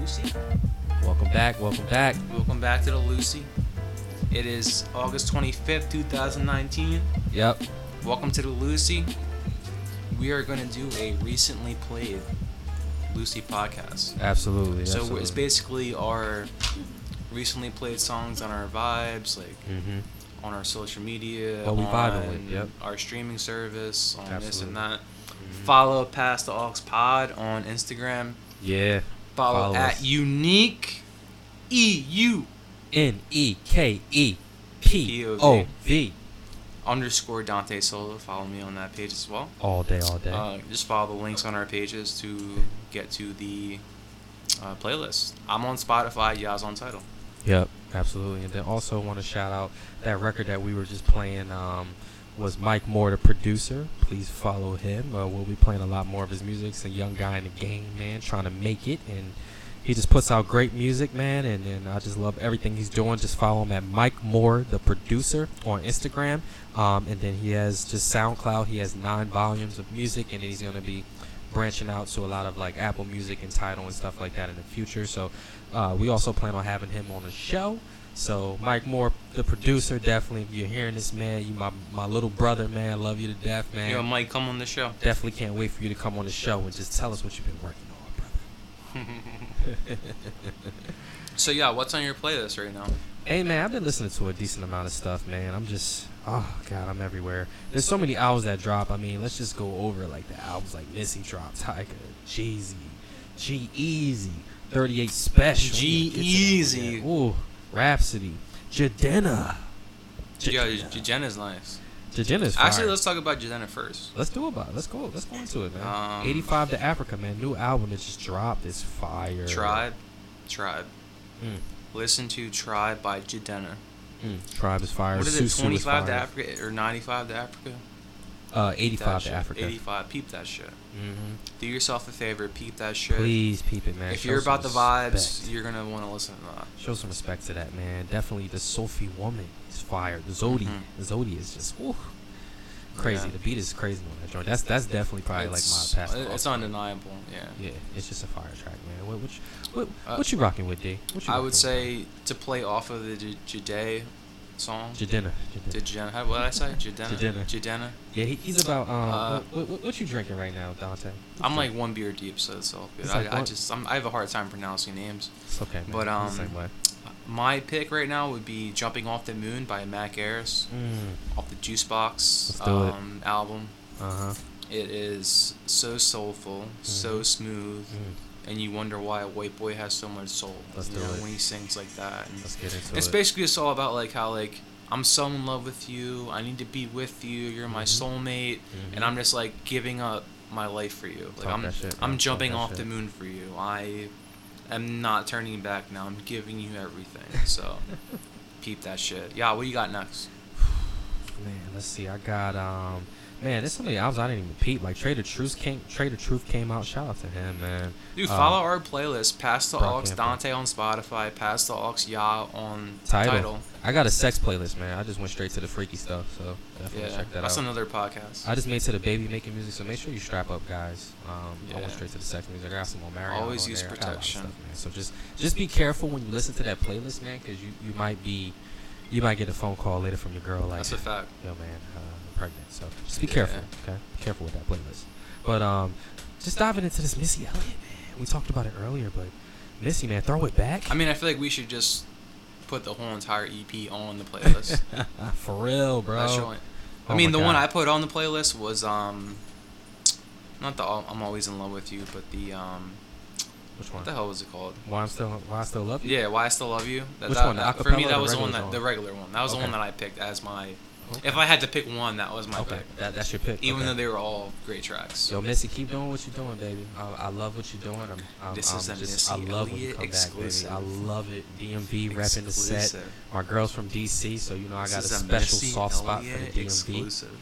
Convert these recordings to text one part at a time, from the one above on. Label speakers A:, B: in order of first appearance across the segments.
A: Lucy.
B: Welcome back. Welcome back.
A: Welcome back to the Lucy. It is August 25th, 2019.
B: Yep.
A: Welcome to the Lucy. We are going to do a recently played Lucy podcast.
B: Absolutely.
A: So
B: absolutely.
A: it's basically our recently played songs on our vibes, like
B: Mm-hmm.
A: on our social media,
B: What Oh, we vibing
A: on
B: with, yep.
A: our streaming service, on this
B: Absolutely. Mm-hmm.
A: and that. Follow Past the Ox Pod on Instagram.
B: Yeah.
A: Follow,
B: Follow
A: at
B: us.
A: Unique E U
B: N E K E P O V.
A: underscore Dante Solo. Follow me on that page as well.
B: All day, all day.
A: Uh, just follow the links on our pages to get to the uh, playlist. I'm on Spotify. Y'all's on Title.
B: Yep, absolutely. And then also want to shout out that record that we were just playing um, was Mike Moore, the producer. Please follow him. Uh, we'll be playing a lot more of his music. He's a young guy in the game, man, trying to make it. And he just puts out great music, man. And, and I just love everything he's doing. Just follow him at Mike Moore, the producer, on Instagram. Um, and then he has just SoundCloud. He has nine volumes of music, and he's going to be branching out to a lot of like Apple Music and Tidal and stuff like that in the future. So uh, we also plan on having him on the show. So Mike Moore, the producer, definitely. If you're hearing this, man, you my my little brother, man. I love you to death, man.
A: Yo, Mike, come on the show.
B: definitely can't wait for you to come on the show and just tell us what you've been working on, brother.
A: So yeah, what's on your playlist right now?
B: Hey man, I've been listening to a decent amount of stuff, man. I'm just, oh god, I'm everywhere. There's so many albums that drop. I mean, let's just go over like the albums like Missy Drop, Tiger, Jeezy, G Easy, 38 Special,
A: G-Eazy.
B: Yeah, ooh, Rhapsody, Jadena.
A: Yo, Jadena's nice.
B: Jadena's fire.
A: Actually, let's talk about Jadena first.
B: let's do about it. Let's go. Let's go into it, man.
A: Um,
B: 85 to Africa, man. New album that just dropped. It's fire.
A: Tribe, Tribe.
B: Mm.
A: Listen to Tribe by Jadena.
B: Mm, Tribe is fire.
A: What is it?
B: Susu
A: Twenty five to
B: fire.
A: Africa or ninety five to Africa?
B: Uh,
A: Peep that
B: 85 to
A: shit.
B: Africa.
A: Eighty five. Peep that shit.
B: Mm-hmm.
A: Do yourself a favor. Peep that shit.
B: Please peep it, man.
A: if
B: Show
A: you're
B: some
A: about the vibes,
B: respect.
A: you're gonna want to listen to that.
B: show some respect to that, man. Definitely the Sophie woman is fire. The Zodi,
A: Mhm.
B: the Zodi is just ooh, crazy.
A: Yeah.
B: The beat is crazy on that joint. That's that's definitely probably
A: it's,
B: like my past.
A: it- It's undeniable. Yeah.
B: Yeah, it's just a fire track, man. What what you, what,
A: Uh,
B: what you rocking with, D? What you
A: I
B: rocking
A: would
B: with?
A: say to play off of the J- Jade song.
B: Jadena. Jadena.
A: Jadena. How- What did I say? Jadena.
B: Jadena.
A: Jadena.
B: Yeah, he, he's about um.
A: Uh,
B: what, what, what you drinking right now, Dante? What
A: I'm
B: you
A: like
B: drink?
A: one beer deep, so it's all good.
B: It's
A: I,
B: like
A: I
B: one-
A: just I'm, I have a hard time pronouncing names.
B: It's okay, man.
A: but,
B: I'm
A: um,
B: the same way.
A: My pick right now would be "Jumping Off the Moon" by Mac Ayers
B: Mm,
A: off the Juicebox
B: Let's do it.
A: um, album.
B: uh huh.
A: It is so soulful, so smooth,
B: Mm,
A: and you wonder why a white boy has so much soul.
B: Let's
A: you
B: do
A: know,
B: it.
A: when he sings like that. And
B: let's get into
A: it's
B: it.
A: basically just all about like how like I'm so in love with you. I need to be with you. You're my
B: Mm-hmm.
A: soulmate, and I'm just like giving up my life for you. Like
B: Talk
A: I'm
B: that shit, man.
A: I'm
B: Talk
A: jumping
B: that
A: off the
B: shit.
A: moon for you. I am not turning back now. I'm giving you everything. So keep that shit. Yeah, what you got next?
B: Man, let's see. I got um. Man, there's so many albums I didn't even peep. Like Trader Truth came. Trader Truth came out. Shout out to him, man.
A: Dude,
B: Uh,
A: follow our playlist. Pass the
B: Brock
A: aux
B: Hampton.
A: Dante on Spotify. Pass the aux Yah on
B: Tidal.
A: title.
B: I got a sex playlist, man. I just went straight to the freaky stuff, so
A: Yeah,
B: definitely check that
A: that's
B: out.
A: another podcast.
B: I just made to the baby making music, so make sure you strap up, guys. Um, I
A: Yeah.
B: went straight to the sex music. I got some more Marion.
A: Always
B: on
A: use
B: there. I got a lot of
A: protection.
B: stuff, man. So just just be careful when you listen to that playlist, man, because you, you might be you might get a phone call later from your girl like
A: that's a fact.
B: yo man, uh, I'm pregnant. So just be
A: Yeah.
B: careful, okay? Be careful with that playlist. But um, just diving into this Missy Elliott, man. We talked about it earlier, but Missy, man, throw it back.
A: I mean, I feel like we should just put the whole entire EP on the playlist.
B: for real, bro.
A: That joint. I
B: Oh
A: mean,
B: my
A: the one
B: God.
A: I put on the playlist was um, not the Al- I'm always in love with you, but the um,
B: Which
A: what
B: one?
A: the hell was it called?
B: Why I'm still, why I still love you.
A: Yeah, why I still love you. That,
B: Which
A: that-
B: one, the
A: that- for me,
B: acapella or
A: that
B: the
A: was the one
B: regular
A: that
B: song?
A: the regular one. That was the
B: Okay.
A: one that I picked as my.
B: Okay.
A: If I had to pick one, that was my
B: okay,
A: pick.
B: that, that's your pick.
A: Even
B: okay.
A: though they were all great tracks.
B: Yo, Missy, keep doing what you're doing, baby. I, I love what you're doing. I'm, I'm,
A: This
B: I'm
A: is a
B: just, I
A: Missy
B: love when you
A: Elliott
B: come
A: exclusive.
B: back, baby. I love it. DMV repping the set.
A: Exclusive.
B: My girl's from DC, so you know I
A: This
B: got a
A: is
B: special
A: Missy
B: soft spot for the
A: Elliott
B: DMV.
A: Exclusive.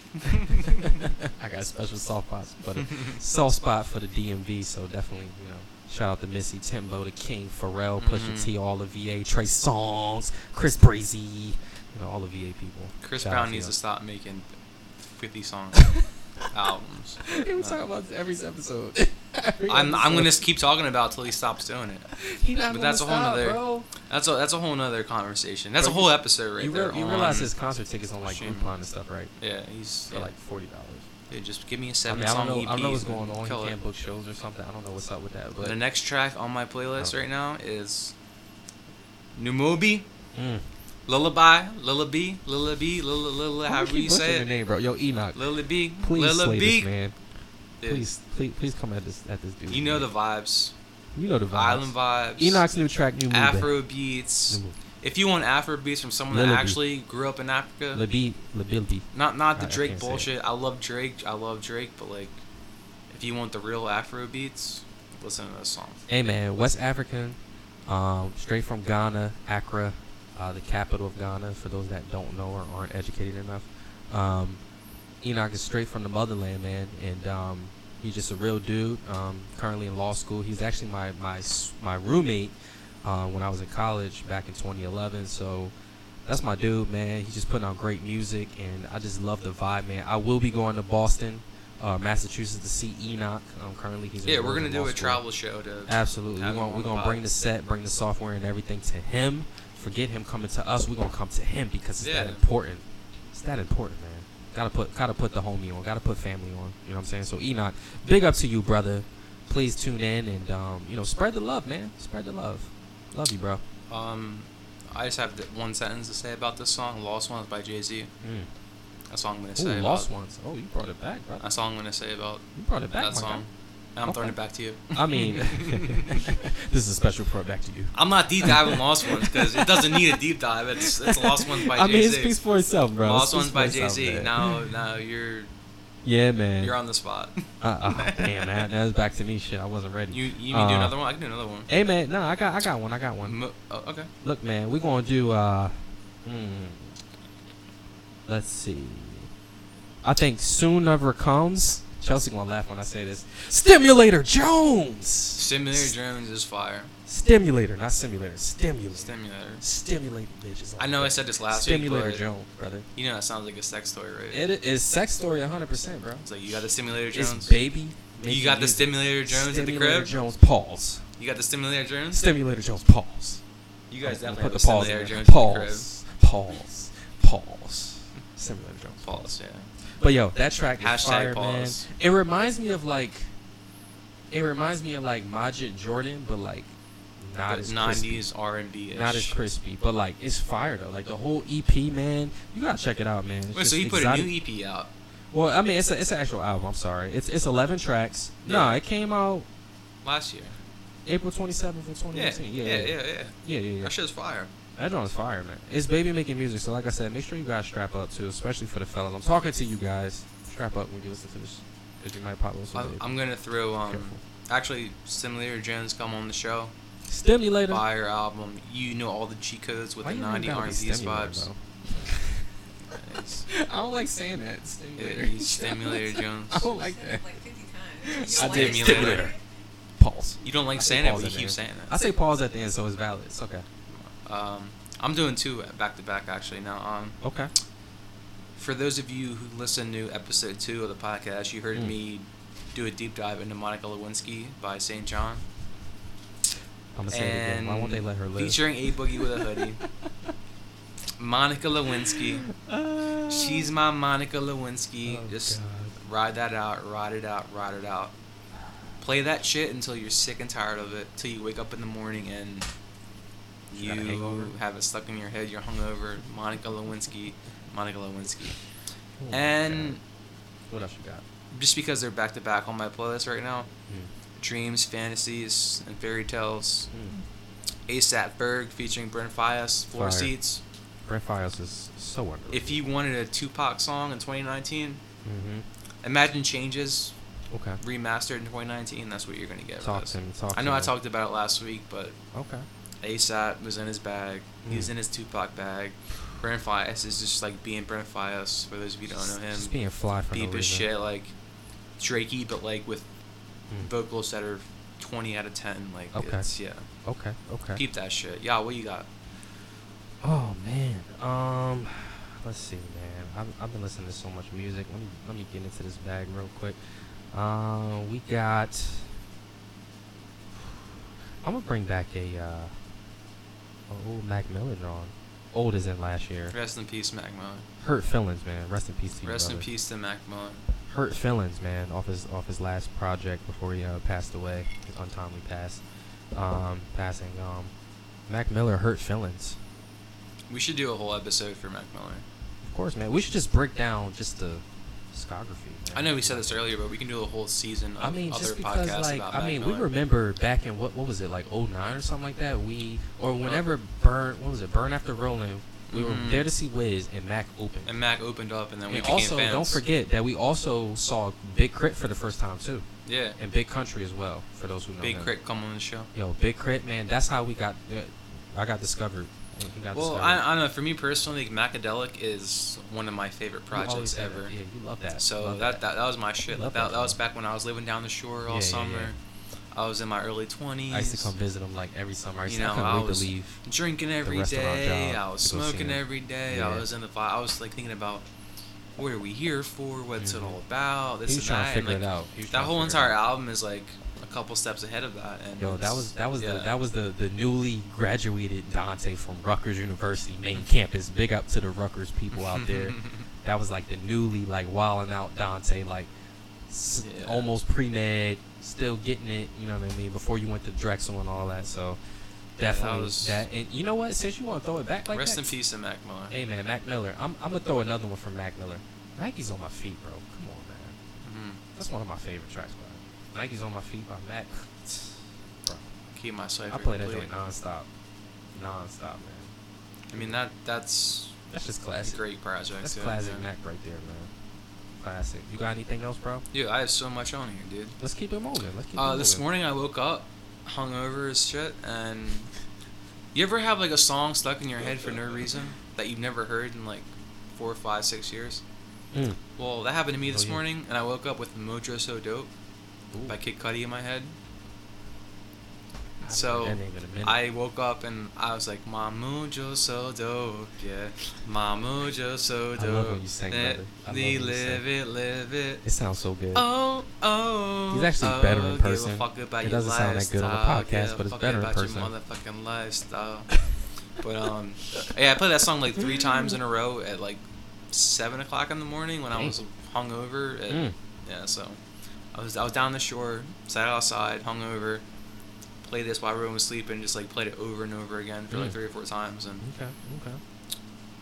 B: I got a special soft spot for the soft spot for the DMV, so definitely, you know. Shout out to Missy Timbo, the King, Pharrell, Pusha
A: Mhm.
B: T, all the VA, Trey Songs, Chris Breezy, you know, all the VA people.
A: Chris
B: Shout out
A: Brown
B: to
A: needs to
B: y'all.
A: stop making 50 song albums.
B: Hey, we talk about this every episode.
A: I'm I'm gonna keep talking about it till he stops doing it.
B: He not
A: but that's
B: gonna
A: a whole
B: stop,
A: nother-
B: bro.
A: That's a that's a whole nother conversation. That's
B: Bro,
A: a whole episode right
B: you,
A: there.
B: re- you
A: on-
B: realize his concert tickets on like
A: Shame.
B: Groupon and stuff, right?
A: yeah, he's
B: They're
A: yeah,
B: like forty dollars.
A: dude, just give me a E
B: I,
A: seven
B: mean, I don't
A: song
B: know.
A: EP.
B: I don't know what's going on. He
A: Kill it.
B: can't book shows or something. I don't know what's up with that. But
A: the next track on my playlist
B: Oh.
A: right now is Numobi,
B: Mm.
A: Lullaby, Lullaby, Lullaby, Lullaby,
B: How
A: however you say
B: the
A: it.
B: name, bro? Yo, Enoch.
A: Lullaby,
B: Please slay this
A: Lullaby.
B: man.
A: Dude,
B: Please, please, please come at this at this dude.
A: You know the
B: man.
A: vibes.
B: you know the vibes.
A: Island vibes.
B: Enoch's new track, new movie.
A: Afro
B: New
A: beats.
B: movie.
A: If you want Afro beats from someone that
B: Lullaby.
A: actually grew up in Africa,
B: Le beat, le bilby.
A: not not the
B: I- I
A: Drake
B: can't say it.
A: bullshit. I love Drake. I love Drake, but like, if you want the real Afro beats, listen to this song.
B: Hey man, West African, um, straight from Ghana, Accra, uh, the capital of Ghana. For those that don't know or aren't educated enough, um, Enoch is straight from the motherland, man, and um, he's just a real dude. Um, currently in law school, he's actually my my s- my roommate uh, when I was in college back in 2011. So that's my dude, man. He's just putting out great music, and I just love the vibe, man. I will be going to Boston, uh, Massachusetts to see Enoch. Um, currently, he's
A: Yeah, we're
B: enrolled
A: gonna
B: in
A: do
B: law
A: a
B: school.
A: travel show to.
B: Absolutely. We're
A: Have him
B: gonna,
A: on
B: we're
A: the
B: gonna
A: pod.
B: bring the set, bring the software and everything to him. Forget him coming to us. We're gonna come to him because it's that
A: Yeah.
B: important. It's that important, man. Gotta put gotta put the homie on, gotta put family on. You know what I'm saying? So Enoch, big up to you, brother. Please tune in and um, you know, spread the love, man. Spread the love. Love you, bro.
A: Um, I just have th- one sentence to say about this song. Lost Ones by Jay Z.
B: Mm.
A: That's all I'm gonna say.
B: Ooh, lost
A: about,
B: ones. Oh, you brought it back, brother.
A: That's all I'm gonna say about
B: You brought it back,
A: that
B: my
A: song. And I'm throwing
B: Okay.
A: it back to you.
B: guy. I mean, this is a special part back to you.
A: I'm not deep diving Lost Ones because it doesn't need a deep dive. It's it's Lost Ones by
B: I mean,
A: Jay
B: it
A: Z.
B: speaks for itself, bro. It
A: Lost
B: speaks
A: Ones
B: for
A: by Jay
B: itself,
A: Z.
B: man.
A: Now now you're
B: Yeah, man.
A: you're on the spot.
B: Uh, oh, damn, that, that was back to me. Shit, I wasn't ready.
A: You you need to do
B: Uh,
A: another one. I can do another one.
B: Hey, man, no, I got, I got one, I got one.
A: Mo- oh, okay.
B: Look, man, we're gonna do. uh hmm, Let's see. I think soon never comes. Chelsea gonna laugh when I say this. Stimulator Jones.
A: Simulator Jones is fire.
B: Stimulator, not simulator. Stimulator.
A: Stimulator.
B: Stimulator, bitches.
A: I know I said this last
B: Stimulator
A: week. but
B: Jones, brother.
A: You know that sounds like a sex toy, right?
B: It is sex story 100%, bro.
A: It's like you got the Stimulator
B: It's
A: Jones.
B: baby.
A: You got the Stimulator Jones at the
B: Stimulator
A: crib.
B: Jones pause.
A: You got the Stimulator Jones.
B: Stimulator Jones pause.
A: You guys
B: I'm
A: definitely
B: gonna
A: have
B: put
A: a
B: the pause. in
A: Stimulator
B: there.
A: Jones at the crib.
B: Pause. Pause. Pause. Simulator Jones.
A: Pause. Yeah.
B: But yo, that track is
A: Hashtag
B: fire,
A: pause.
B: man. It reminds me of like, it reminds me of like Majid Jordan, but like not
A: The
B: as crispy.
A: 90s R&B.
B: Not as crispy, but like it's fire though. Like the whole EP, man, you gotta check it out, man. It's
A: Wait, so
B: just
A: you put a
B: exotic-
A: new E EP out?
B: Well, I mean, it's a, it's an actual album. I'm sorry, it's it's 11 tracks. No,
A: Yeah.
B: it came out
A: last year.
B: April 27th of
A: Yeah,
B: 2018.
A: yeah, yeah, yeah. yeah.
B: Oh, yeah, yeah, yeah.
A: That shit's fire.
B: That joint is fire, man. It's baby making music, so like I said, make sure you guys strap up too, especially for the fellas. I'm talking to you guys. Strap up when you listen to this, because you might pop a little
A: I'm,
B: something.
A: I'm gonna throw um,
B: Careful.
A: actually Simulator Jones come on the show.
B: Stimulator.
A: Fire album. You know all the cheat codes with
B: Why
A: the
B: you named
A: 90
B: that
A: R&B
B: with stimulator,
A: vibes.
B: though?
A: It's-
B: I don't like saying that. Stimulator.
A: it- it's Stimulator Jones.
B: I don't like eh. that.
C: Like 50 times.
A: I
C: You
A: did
C: like
A: mean
C: it.
A: later.
B: Pause.
A: You don't like
B: I say
A: saying it, but
B: pause
A: you
B: at the
A: keep
B: end.
A: saying
B: I
A: it.
B: say pause at the end, so it's valid. It's okay.
A: Um, I'm doing two back to back actually now. Um,
B: Okay.
A: for those of you who listened to episode two of the podcast, you heard
B: Mm.
A: me do a deep dive into Monica Lewinsky by St. John.
B: I'm gonna say it again. Why won't they let her
A: And
B: live?
A: featuring A Boogie with a hoodie. Monica Lewinsky.
B: Uh,
A: She's my Monica Lewinsky.
B: oh,
A: Just
B: God.
A: ride that out, ride it out, ride it out. Play that shit until you're sick and tired of it, till you wake up in the morning and
B: You got a
A: you
B: hangover?
A: have it stuck in your head, you're hungover. Monica Lewinsky, Monica Lewinsky.
B: Oh, my
A: And
B: God. what else you got?
A: just because they're back to back on my playlist right now,
B: Mm.
A: Dreams, Fantasies, and Fairy Tales.
B: Hmm.
A: ASAP Berg featuring Brent Fias, Floor
B: Fire.
A: Seats.
B: Brent Files is so underrated.
A: If you wanted a Tupac song in 2019,
B: Mm-hmm.
A: Imagine Changes
B: Okay.
A: remastered in 2019. That's what you're gonna get. for
B: Talk
A: this.
B: to me. Talk
A: I
B: to Oh.
A: know I
B: me.
A: talked about it last week, but
B: Okay.
A: ASAP was in his bag. He was
B: Mm.
A: in his Tupac bag. Brent Fias is just like being Brent Fias. For those of you who don't know
B: Just-
A: him,
B: Just being fly for
A: deep
B: no
A: as
B: reason.
A: shit, like Drakey, but like with
B: Mm.
A: vocals that are 20 out of 10. Like
B: Okay.
A: it's yeah,
B: Okay. Okay.
A: keep that shit. Yeah, what you got?
B: Oh man. Um, let's see, man. I've, I've been listening to so much music. Let me let me get into this bag real quick. Um, we Uh, got I'm gonna bring back a uh, a old Mac Miller drawing. Old as in last year.
A: Rest in peace, Mac Miller.
B: Hurt feelings, man. Rest in peace to you,
A: Rest in
B: brother.
A: peace to Mac Miller.
B: Hurt feelings, man. Off his off his last project before he uh, passed away, his untimely pass, um, passing. Um, Mac Miller hurt feelings.
A: We should do a whole episode for Mac Miller.
B: Of course, man. We should just break down just the discography. man.
A: I know we said this earlier, but we can do a whole season of
B: I mean,
A: other
B: just because,
A: podcasts
B: like,
A: about
B: I
A: Mac
B: mean, we
A: Miller.
B: remember back in what what was it, like '09 or something like that. We or whenever Burn, what was it, Burn After Rolling, we were
A: Mhm.
B: there to see Wiz and Mac open.
A: And Mac opened up, and then we
B: And
A: became
B: also,
A: fans.
B: don't forget that we also saw Big Crit for the first time too,
A: Yeah.
B: and Big Country as well. For those who know,
A: Big
B: him.
A: Crick come on the show.
B: yo, Big Crit, man, that's how we got. uh, I got discovered. He got
A: Well,
B: discovered.
A: I, I don't know. For me personally, Macadelic is one of my favorite
B: You always
A: projects
B: said that.
A: ever.
B: Yeah, you love that.
A: So
B: Love
A: that, that that was my shit. Like
B: Love
A: that,
B: that
A: that was
B: song.
A: back when I was living down the shore
B: Yeah,
A: all
B: yeah,
A: summer.
B: yeah.
A: I was in my early twenties.
B: I used to come visit him like every summer. I used
A: You
B: to
A: know,
B: I couldn't
A: I
B: wait
A: was-
B: to leave.
A: drinking every
B: restaurant
A: day.
B: job
A: I was
B: to go see
A: smoking
B: him.
A: every day.
B: Yeah.
A: I was in the vi- I was like thinking about what are we here for? What's
B: Mhm.
A: it all about? This
B: He was
A: and that.
B: trying to
A: and,
B: figure it
A: like,
B: out. He was
A: That
B: trying to
A: whole
B: figure it
A: entire
B: out.
A: album is like a couple steps ahead of that. And
B: Yo, that
A: it's-
B: was that was the
A: yeah.
B: that was the the newly graduated Dante from Rutgers University main campus. Big up to the Rutgers people out there. that was like the newly like wilding out Dante, like s-
A: Yeah.
B: almost pre med, still getting it. You know what I mean? Before you went to Drexel and all that. So
A: Yeah, that
B: definitely that.
A: was-
B: and you know what? Since you want to throw it back like
A: Rest
B: that,
A: in peace to Mac Miller.
B: Hey man, Mac Miller. I'm I'm gonna throw another one from Mac Miller. Nike's on my feet, bro. Come on, man.
A: Mhm.
B: That's one of my favorite tracks. Bro. Nike's on my feet by Mac. Bro,
A: Keep my cipher
B: I play that
A: complete.
B: joint nonstop, nonstop, man.
A: I mean that that's
B: That's just
A: a
B: classic.
A: great project.
B: That's
A: yeah,
B: classic
A: man.
B: Mac right there, man. Classic. You got anything else, bro?
A: Dude, I have so much on here, dude.
B: Let's keep it moving. Let's keep it
A: Uh,
B: moving.
A: this morning I woke up hungover as shit, and you ever have like a song stuck in your head for no reason that you've never heard in like four, five, six years?
B: Mm.
A: Well, that happened to me
B: Oh,
A: this
B: yeah.
A: morning, and I woke up with "Mojo So Dope"
B: Ooh.
A: by Kid Cudi in my head.
B: I haven't
A: So,
B: heard that name in a minute.
A: I woke up and I was like, "My mojo so dope, yeah, my mojo so
B: I
A: dope."
B: love when you sing,
A: Eh,
B: brother. I love
A: we
B: when you
A: live
B: sing.
A: it, live it.
B: It sounds so good.
A: Oh, oh.
B: He's actually
A: oh,
B: better in
A: give a
B: person.
A: fuck about
B: It
A: your
B: doesn't sound that good on the
A: lifestyle,
B: podcast,
A: give a
B: but it's
A: fuck
B: better in
A: about your
B: person.
A: motherfucking lifestyle. but um, yeah, I played that song like three times in a row at like seven o'clock in the morning when I
B: Dang.
A: was hungover. At,
B: Mm.
A: Yeah, so I was I was down the shore, sat outside, hungover, played this while everyone was sleeping, just like played it over and over again for
B: Mm.
A: like three or four times. And
B: Okay. Okay.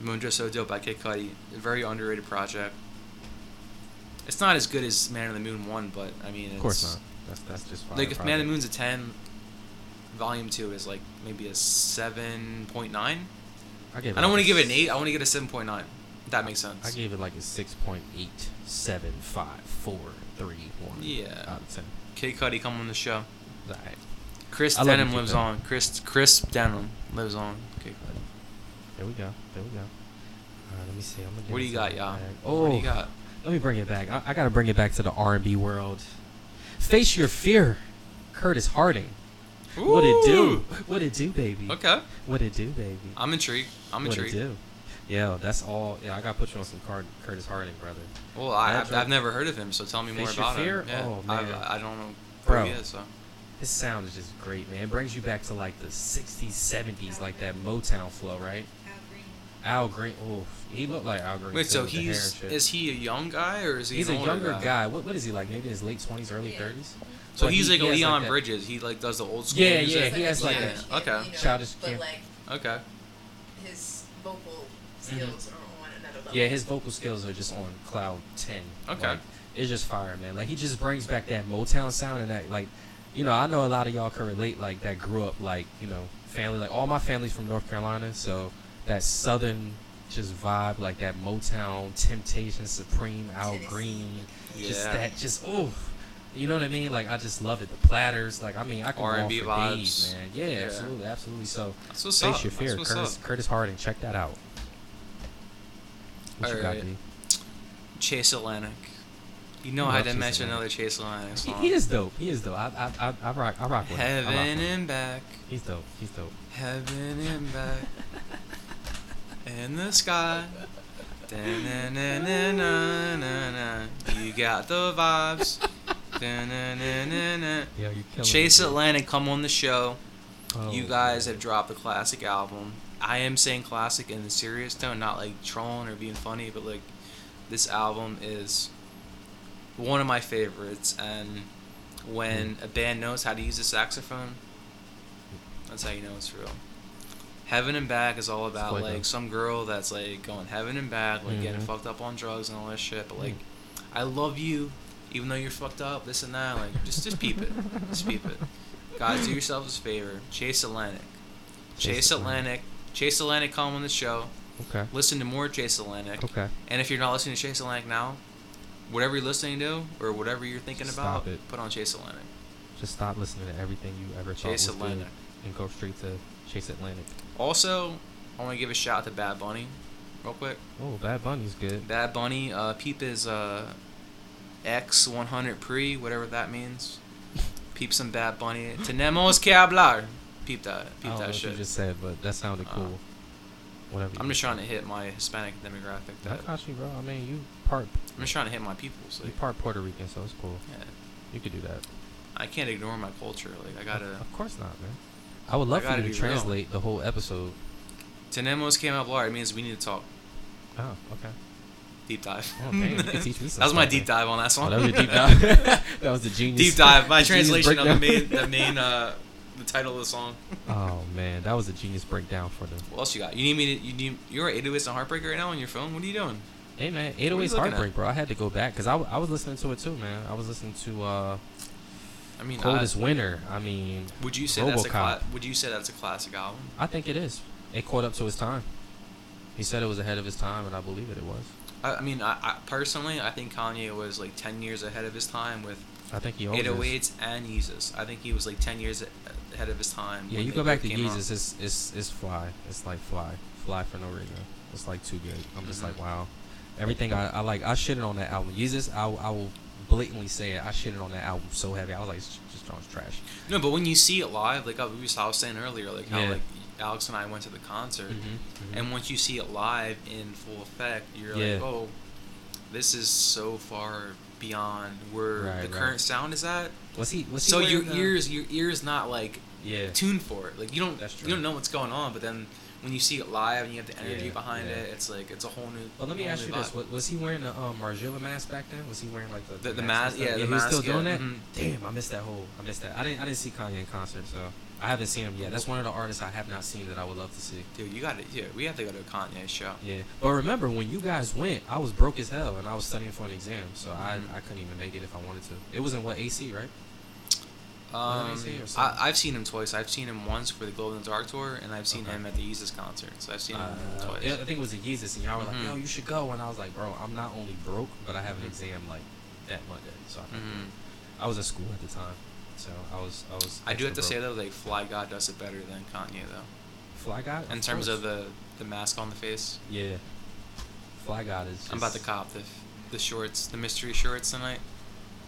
A: Moondress So Dope by Kid Cudi, a very underrated project. It's not as good as Man on the Moon one, but I mean, it's,
B: Of course not. That's that's just fine.
A: like if Man of the Moon's a ten, Volume Two is like maybe a seven point nine. I don't want to give it an eight. I want to get a seven point nine. If that makes sense.
B: I gave it like a six point eight seven five four three one.
A: Yeah.
B: Out of ten.
A: Kid Cudi come on the show.
B: All right.
A: Chris
B: I love
A: Denham
B: Kid
A: lives
B: Cudi.
A: on. Chris Chris Denham lives on. Kid Cudi.
B: There we go. There we go. All right, let me see. I'm gonna
A: What do
B: this
A: you got,
B: back.
A: y'all?
B: Oh,
A: What do you got?
B: let me bring it back. I, I gotta bring it back to the R&B world. Face your fear, Curtis Harding. What it do? What it do, baby?
A: Ooh. Okay,
B: What it do, baby?
A: I'm intrigued. I'm
B: what it
A: intrigued.
B: do? Yeah, that's all. Yeah, I gotta put you on some Card- Curtis Harding, brother.
A: Well, I, I've,
B: Andrew.
A: I've never heard of him, so tell me more
B: Face Your
A: about
B: Fear?
A: him. Yeah.
B: Oh,
A: I-
B: man.
A: I, I don't know
B: Bro.
A: who he is, so.
B: His sound is just great, man. It brings you back to like the '60s, '70s, like that Motown flow, right? Al Green. Oh, he looked like Al Green.
A: Wait,
B: too,
A: so
B: with the hair and
A: he's
B: shit.
A: is he a young guy or is he
B: he's
A: an
B: a
A: older
B: younger guy. What what is he like? Maybe in his late twenties, early
C: Yeah.
B: thirties.
A: So
B: But
A: he's
B: he-
A: like a
B: he has, like,
A: Leon
B: that-
A: Bridges. He like does the old school.
B: Yeah,
A: music.
B: yeah, he has, like,
A: yeah.
B: that-
A: okay,
B: Childish
C: But
B: Gambino.
C: like
A: okay.
C: his vocal skills are on another level.
B: Mm-hmm. Yeah, his vocal skills are just on cloud ten.
A: Okay.
B: Like, it's just fire, man. Like he just brings back that Motown sound and that like, you know, I know a lot of y'all can relate. Like that grew up like you know family. Like all my family's from North Carolina, so that southern just vibe, like that Motown, Temptation, Supreme, Al
C: Tennessee.
B: Green, just
A: Yeah.
B: that, just oh. You know what I mean? Like I just love it. The platters, like I mean, I can go on
A: R&B
B: for
A: vibes.
B: days, man. Yeah,
A: Yeah.
B: absolutely, absolutely. So,
A: That's what's
B: face
A: up.
B: your fear,
A: That's what's
B: Curtis,
A: up.
B: Curtis Harding. Check that out. What you got,
A: Alright.
B: D?
A: Chase Atlantic. You know
B: Love
A: I had to
B: Chase
A: mention
B: Atlantic.
A: another Chase Atlantic
B: He,
A: song.
B: he is dope. He is dope. I I I, I rock. I rock with him. I rock
A: Heaven
B: with him.
A: and back,
B: He's dope. He's dope.
A: heaven and back, in the sky. Da-na-na-na-na-na. You got the vibes. Da-na-na-na-na.
B: Yeah, you killing
A: Chase
B: it.
A: Atlantic come on the show.
B: Oh.
A: You guys have dropped a classic album. I am saying classic in a serious tone, not like trolling or being funny, but like this album is one of my favorites. And when a band knows how to use a saxophone, that's how you know it's real. Heaven and Back is all about
B: like
A: like,
B: a-
A: some girl that's like going heaven and back, like getting
B: Mhm.
A: fucked up on drugs and all that shit. But like,
B: Mm.
A: I love you, even though you're fucked up, this and that. Like, just just peep it, just peep it. Guys, do yourselves a favor. Chase Atlantic. Chase,
B: Chase
A: Atlantic.
B: Atlantic.
A: Chase Atlantic, come on the show.
B: Okay.
A: Listen to more Chase Atlantic.
B: Okay.
A: And if you're not listening to Chase Atlantic now, whatever you're listening to or whatever you're thinking
B: Stop
A: about,
B: it.
A: put on Chase Atlantic.
B: Just stop listening to everything you ever thought
A: Chase
B: was good
A: Atlantic.
B: and go straight to Chase Atlantic.
A: Also, I want to give a shout out to Bad Bunny, real quick.
B: Oh, Bad Bunny's good.
A: Bad Bunny, uh, peep is uh, X100 pre, whatever that means. Peep some Bad Bunny. Tenemos que hablar. Peep that.
B: I
A: Peep
B: don't know
A: that
B: what you
A: shit.
B: just said, but that sounded
A: Uh,
B: cool. Whatever.
A: I'm
B: you
A: just
B: said.
A: trying to hit my Hispanic demographic. That,
B: That got you, bro. I mean, you part
A: I'm just trying to hit my people. So
B: you part Puerto Rican, so it's cool.
A: yeah,
B: You could do that.
A: I can't ignore my culture. Like I gotta.
B: Of course not, man. I would love
A: I
B: for
A: gotta
B: you
A: be
B: to
A: real.
B: translate the whole episode.
A: Tenemos que hablar. It means we need to talk.
B: Oh, okay.
A: Deep dive.
B: Oh, damn, you can teach me some
A: that was my
B: stuff,
A: deep
B: man.
A: dive on that
B: Oh,
A: song.
B: that was a deep dive. that was the genius.
A: deep dive. My
B: the genius
A: translation of the main,
B: breakdown.
A: the main, uh, the title of the song.
B: Oh man, that was a genius breakdown for them.
A: What else you got? You need me to? You need? You're at 808s and Heartbreaker right now on your phone. What are you doing?
B: Hey man,
A: you
B: 808's
A: looking at?
B: heartbreak, bro. I had to go back because I, w- I was listening to it too, man. I was listening to uh,
A: I mean, I,
B: Coldest Winter. I mean,
A: would you say that's a
B: RoboCop.
A: cla- would you say that's a classic album?
B: I think it is. It caught up to its time. He said it was ahead of his time, and I believe it. It was.
A: I, I mean, I, I personally, I think Kanye was like 10 years ahead of his time with
B: I think he always.
A: 808s and Yeezus. I think he was like 10 years a- ahead of his time.
B: Yeah,
A: when
B: you
A: they
B: go back to
A: both came out.
B: Jesus. It's it's it's fly. It's like fly, fly for no reason. It's like too good. I'm just
A: Mhm.
B: like wow. Everything I, I like, I shitted on that album. Jesus, I, I will blatantly say it. I shitted on that album so heavy. I was like, "This- this song's trash.
A: No, but when you see it live, like I was, I was saying earlier, like how
B: Yeah.
A: like Alex and I went to the concert,
B: Mhm, mhm.
A: and once you see it live in full effect, you're
B: Yeah.
A: like, oh, this is so far beyond where
B: Right,
A: the
B: right.
A: current sound is at.
B: Was he? Was he
A: so your
B: wearing the-
A: ears, your ears, not like
B: Yeah.
A: tuned for it. Like you don't,
B: That's
A: you don't
B: true.
A: know what's going on. But then when you see it live and you have the energy
B: Yeah,
A: behind
B: yeah.
A: it, it's like it's a whole new.
B: Well, Oh, let me
A: whole
B: ask
A: new
B: you
A: vibe.
B: this: was, was he wearing the um, Margilla mask back then? Was he wearing like the
A: The- the
B: and
A: mask-
B: stuff?
A: yeah, the
B: he was
A: mask,
B: still doing
A: yeah,
B: that.
A: mhm.
B: Damn, I missed that whole. I missed that. I didn't. I didn't see Kanye in concert, so I haven't seen him yet. That's one of the artists I have not seen that I would love to see.
A: Dude, you got to Yeah, we have to go to a Kanye show.
B: Yeah, but remember when you guys went, I was broke as hell and I was studying for an exam, so I,
A: Mhm.
B: I couldn't even make it if I wanted to. It was in what AC, right? Well,
A: Um,
B: let me see or
A: I,
B: something.
A: I've seen him twice. I've seen him once for the Glow in the Dark tour, and I've seen
B: Okay.
A: him at the Yeezus concert. So I've seen him
B: Uh,
A: twice.
B: yeah, I think it was a Yeezus, and y'all were
A: Mhm.
B: like, "Yo, you should go," and I was like, "Bro, I'm not only broke, but I have an
A: Mhm.
B: exam like that Monday, so I, can't do
A: Mhm.
B: it." I was at school at the time, so I was I was.
A: I do have to say
B: extra broke.
A: though, like Fly God does it better than Kanye though,
B: Fly God
A: in terms of
B: course.
A: the the mask on the face.
B: yeah, Fly God is.
A: I'm about to
B: just-
A: cop the the shorts, the mystery shorts tonight.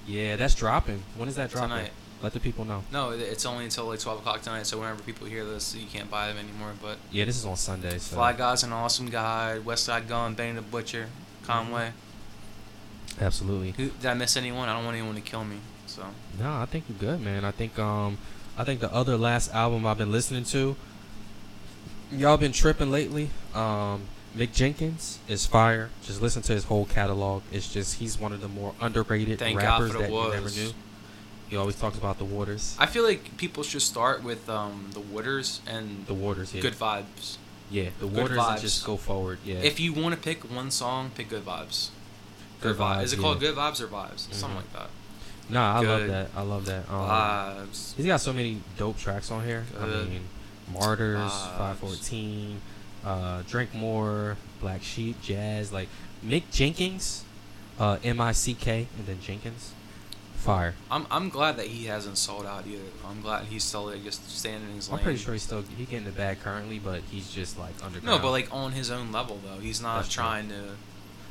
B: Yeah, that's dropping. When is that dropping?
A: Tonight.
B: Let the people know.
A: No, it- it's only until like 12 o'clock tonight. So whenever people hear this, you can't buy them anymore. But
B: Yeah, this is on Sunday. So
A: Fly God's an awesome guy. West Side Gun, Bang the Butcher, Conway.
B: Absolutely.
A: Who, did I miss anyone? I don't want anyone to kill me. So
B: No, I think you're good, man. I think um, I think the other last album I've been listening to. Y'all been tripping lately. Um, Mick Jenkins is fire. Just listen to his whole catalog. It's just he's one of the more underrated
A: Thank God
B: rappers
A: for the
B: that you never
A: Waters.
B: knew. He always talks about the Waters.
A: I feel like people should start with um, the Wooders and
B: the Waters, yeah.
A: Good Vibes.
B: Yeah, the
A: Good
B: Waters and
A: Vibes.
B: just go forward. Yeah.
A: If you want to pick one song, pick Good Vibes.
B: Good
A: Vi-
B: Vibes,
A: Is it
B: yeah.
A: called Good Vibes or Vibes? Something
B: Mhm.
A: like that.
B: nah, I love
A: Good
B: that. I love that. Um,
A: vibes.
B: He's got so many dope tracks on here.
A: Good. Uh,
B: I mean, Martyrs,
A: Vibes.
B: 514, uh, Drink More, Black Sheep, Jazz. Like, Mick Jenkins, uh, M I C K, and then Jenkins. Fire.
A: I'm I'm glad that he hasn't sold out either. I'm glad he's still like, just standing in his lane.
B: I'm pretty sure he's still he getting the bag currently, but he's just like underground.
A: No, but like on his own level though. He's not
B: That's true.
A: trying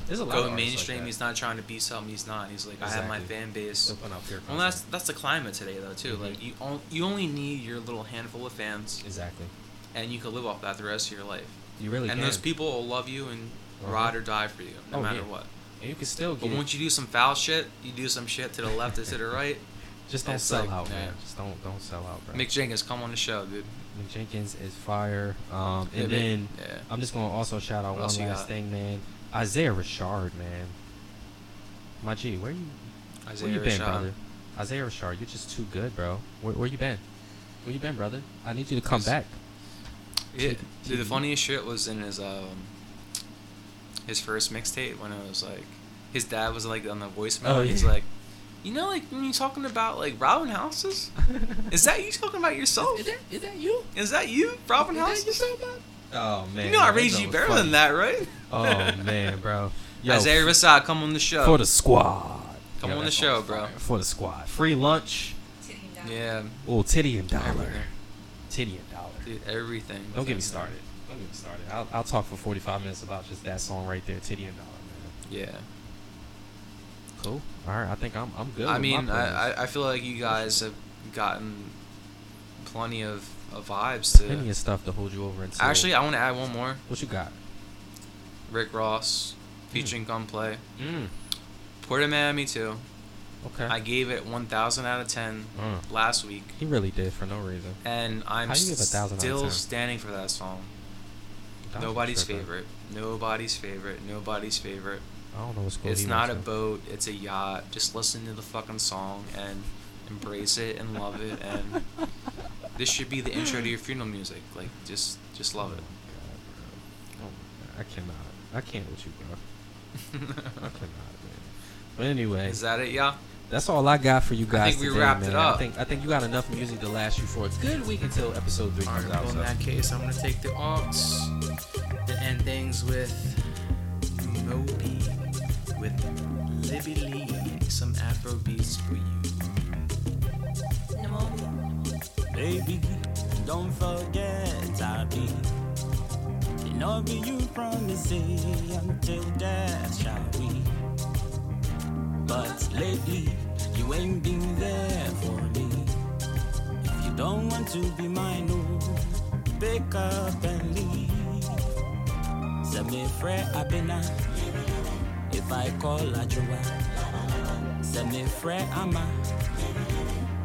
B: there's a
A: to
B: lot
A: go
B: of artists
A: mainstream.
B: Like
A: he's not trying to be something. He's not. He's like I have my
B: Exactly.
A: fan
B: He's
A: base.
B: open up here.
A: Well, that's that's the climate today though too.
B: Mhm.
A: Like you on, you only need your little handful of fans,
B: exactly.
A: and you can live off that the rest of your life.
B: You really
A: and
B: can.
A: those people will love you and
B: Uh-huh.
A: ride or die for you, no
B: Oh,
A: matter
B: yeah. Oh,
A: what.
B: And you can still
A: But
B: get.
A: once you do some foul shit, you do some shit to the left or to the right.
B: just don't
A: it's
B: sell
A: like,
B: out, man.
A: yeah.
B: Just don't don't sell out, bro.
A: Mick Jenkins, come on the show, dude.
B: Nick Jenkins is fire. Um,
A: Yeah,
B: and
A: they-
B: then
A: yeah.
B: I'm just gonna also shout
A: What
B: out one
A: else
B: last
A: you got?
B: thing, man. Isaiah Richard, man. My G, where you
A: Isaiah
B: where you been,
A: Rashad.
B: brother? Isaiah Richard, you're just too good, bro. Where, where you been? Where you been, brother? I need you to come
A: Just-
B: back.
A: Yeah,
B: Take-
A: dude, the
B: take-
A: funniest shit was in his um his first mixtape when it was like his dad was like on the voicemail.
B: Oh,
A: and He's
B: yeah.
A: like, you know, like when you talking about like robbing houses, is that you talking about yourself?
B: Is that, is that you?
A: Is that you robbing
B: Is that
A: houses?
B: you Oh man.
A: you know I
B: that
A: raised
B: joke
A: you
B: was
A: better
B: funny.
A: than that, right?
B: Oh man, bro. Yo,
A: Isaiah Rashad, come on the show.
B: for the squad.
A: Come on the
B: that's
A: show,
B: fire.
A: bro.
B: For the squad. Free lunch.
C: Titty and dot.
A: yeah,
B: Oh, titty and dollar.
A: everything.
B: Titty and dollar.
A: Dude, everything. with
B: Don't get
A: him.
B: me started. Don't get me started. I'll, I'll talk for 45 minutes about just that song right there, Titty and Dollar, man.
A: Yeah.
B: Cool. All right, I think I'm, I'm good.
A: I
B: with my
A: mean, I,
B: playlist.
A: I I feel like you guys have gotten plenty of, of vibes to.
B: Plenty of stuff to hold you over until.
A: Actually, I want to add one more.
B: what you got?
A: Rick Ross featuring Gunplay.
B: Mm.
A: Port of Miami too.
B: Okay.
A: I gave it 1,000 out of 10
B: Mm.
A: last week,
B: He really did for no reason.
A: and I'm
B: How you give 1,000 out of
A: still
B: 10?
A: standing for that song.
B: That was
A: Nobody's
B: tripping.
A: favorite. Nobody's favorite. Nobody's favorite.
B: I don't know what's going on.
A: it's not a boat. It's a yacht. Just listen to the fucking song and embrace it and love it. And this should be the intro to your funeral music. Like, just just love
B: Oh my God, bro. Oh my God. I cannot. I can't with you, bro. I cannot,
A: it.
B: man. But anyway,
A: Is that it, yeah?
B: that's all I got for you guys.
A: think we
B: today,
A: wrapped it
B: man.
A: up.
B: I think I think you got enough music to last you for a good week until episode three comes
A: Alright,
B: out.
A: well, in
B: so-
A: that case, I'm gonna take the aux to end things with Moby with Libby Lee, some Afro beats for you.
C: No.
D: Baby, don't forget I be in love with you from the sea until death shall we. But lately, you ain't been there for me. If you don't want to be mine, oh, pick up and leave. Send me free abena. If I call Ajua, send me free ama.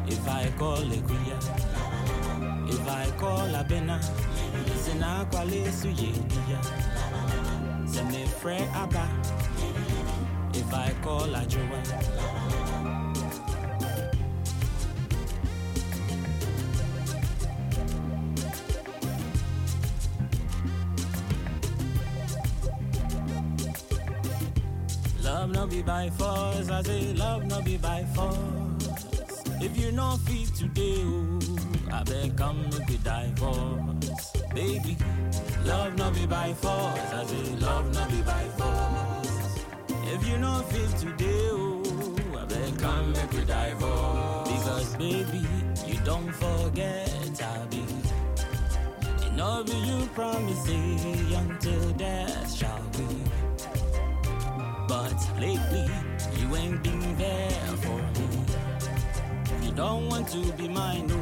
D: If I call Equia. If I call Abena, Sena Kwale Suyedia. Seme Fre Abba. If I call Ajoa. Love no be by force, I say love no be by force. If you no fit today, oh, I beg come make we divorce, baby. Love no be by force, I say love no be by force. If you no fit today, oh, I beg come make we divorce, because baby, you don't forget I be. And all you promise eh, until death shall be. But lately, you ain't been there for me. If you don't want to be mine, no,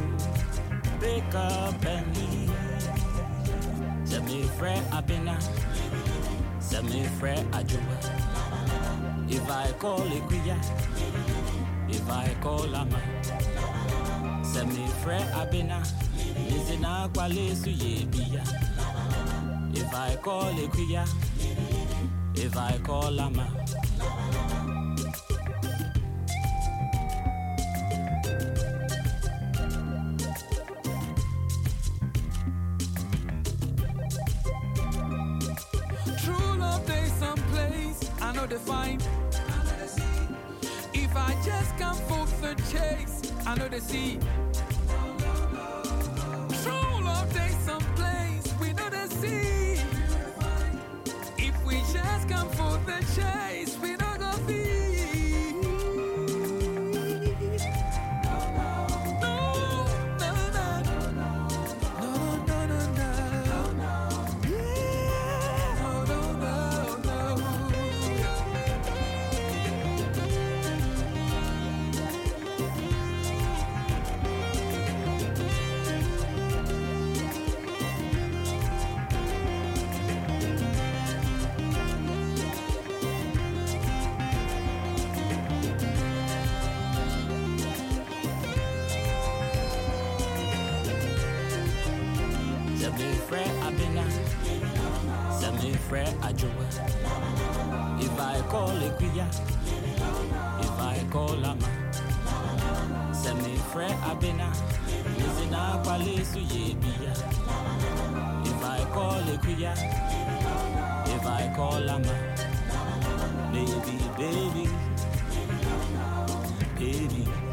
D: pick up and leave. Send me fret abena, send me fret ajoa. If I call Equia, if I call Ama, send me fret abena, listen akwale suye bia. If I call Equia, if I call Ama.
E: True love they someplace I know they find. If I just come for the chase, I know they see. True love they someplace we know they see. If we just come for the chase, we not gonna be. No, no, no, no, no, no, no, no. Yeah, no, no, no, no.
D: Fred Ajoa. If I call Equia, if I call Lama, send me Fred Abena, Mizina Palesu Yebia. If I call Equia, if I call Lama, baby, baby, baby.